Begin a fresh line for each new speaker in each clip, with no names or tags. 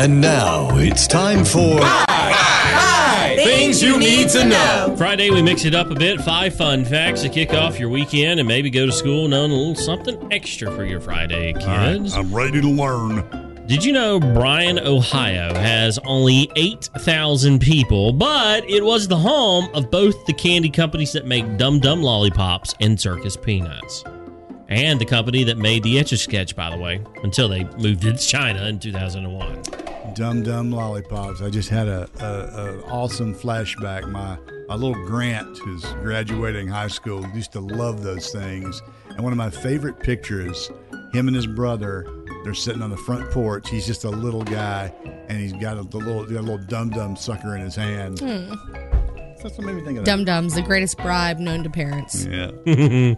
And now it's time for
Things you need to know.
Friday, we mix it up a bit. Five fun facts to kick off your weekend and maybe go to school knowing a little something extra for your Friday,
All right, um,
kids.
I'm ready to learn.
Did you know Bryan, Ohio has only 8,000 people, but it was the home of both the candy companies that make Dum Dum Lollipops and Circus Peanuts, and the company that made the Etch a Sketch, by the way, until they moved to China in 2001.
Dum Dum Lollipops. I just had a, a, a awesome flashback. My my little Grant, who's graduating high school, used to love those things. And one of my favorite pictures, him and his brother, they're sitting on the front porch. He's just a little guy, and he's got a, the little the little Dum Dum sucker in his hand. That's what made me think of
Hmm. Dum Dum's the greatest bribe known to parents.
that.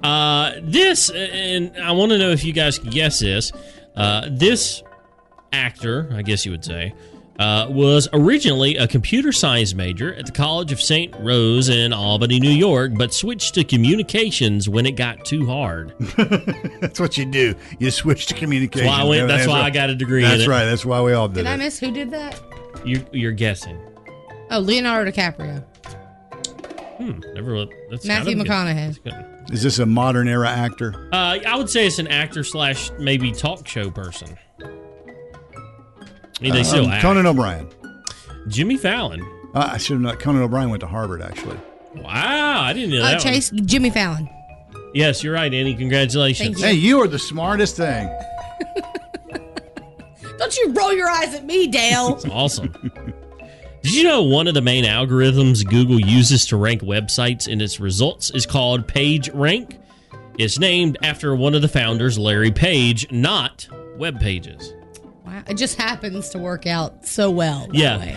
Yeah.
uh, this, and I want to know if you guys can guess this. Uh, this actor, I guess you would say, uh, was originally a computer science major at the College of St. Rose in Albany, New York, but switched to communications when it got too hard.
That's what you do. You switch to communication.
That's why I went- that's why I got a degree in
That's
it.
right. That's why we all did,
Did I
it.
miss who did that?
You, you're guessing.
Oh, Leonardo DiCaprio.
Hmm. Never. let- That's
Matthew
kind of a good-
McConaughey.
that's a good one.
Is this a modern era actor?
Uh, I would say it's an actor slash maybe talk show person. I mean, they still
Um,
act.
Conan O'Brien.
Jimmy Fallon.
Uh, I should have not. Conan O'Brien went to Harvard, actually.
Wow, I didn't know
oh,
that. one.
Chase Jimmy Fallon.
Yes, you're right, Andy. Congratulations.
Thank
Hey, you are the smartest thing.
Don't you roll your eyes at me, Dale.
That's awesome. Did you know one of the main algorithms Google uses to rank websites in its results is called PageRank? It's named after one of the founders, Larry Page, not web pages.
wow, it just happens to work out so well. that
Yeah,
way.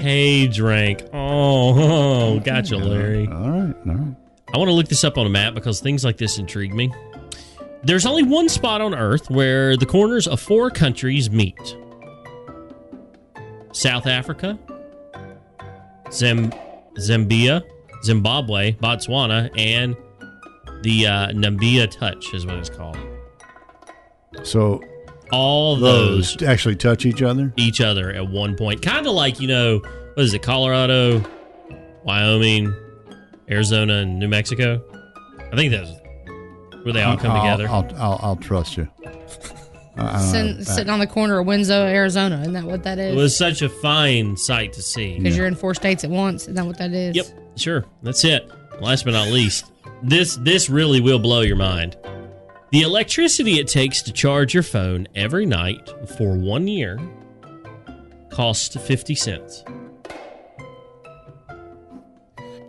PageRank. Oh, oh, gotcha, Larry.
All right, all right.
I want to look this up on a map because things like this intrigue me. There's only one spot on Earth where the corners of four countries meet South Africa, Zim- Zambia, Zimbabwe, Botswana, and the uh, Namibia Touch is what it's called.
So
All
those
those
t- actually touch each other.
each other at one point. Kind of like, you know, what is it, Colorado, Wyoming, Arizona, and New Mexico? I think that's where they all come
I'll-
together.
I'll, I'll, I'll trust you. I- I don't know
Sitting,
that.
sitting on the corner of Winslow, Arizona. Isn't that what that
It
is?
uh, was such a fine sight to see.
Because you're in four states at once. Isn't that what that is?
Yep, sure. That's it. Last but not least, this this really will blow your mind. The electricity it takes to charge your phone every night for one year costs fifty cents.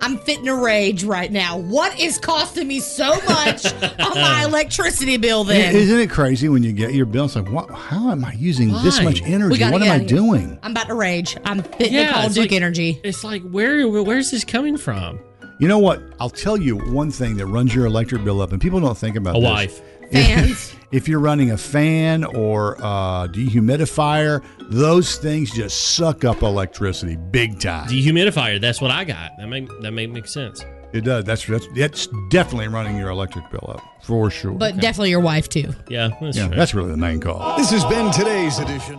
I'm fitting a rage right now. What is costing me so much on my electricity bill
I-
then?
Isn't it crazy when you get your bill? It's like, what, how am I using this
Why?
much
We
energy?
gotta
What
get
am I
out of here.
doing?
I'm about to rage. I'm fitting a Call of
it's
Duke
like-
energy.
It's like where where's this coming from?
You know what? I'll tell you one thing that runs your electric bill up, and people don't think about
A
this.
wife.
Fans.
if you're running a fan or a dehumidifier, those things just suck up electricity big time.
Dehumidifier. That's what I got. That make that make, make sense.
it does. That's, that's that's definitely running your electric bill up for sure.
But definitely your wife too.
Yeah, that's
yeah,
true.
that's really the main call.
This has been today's edition.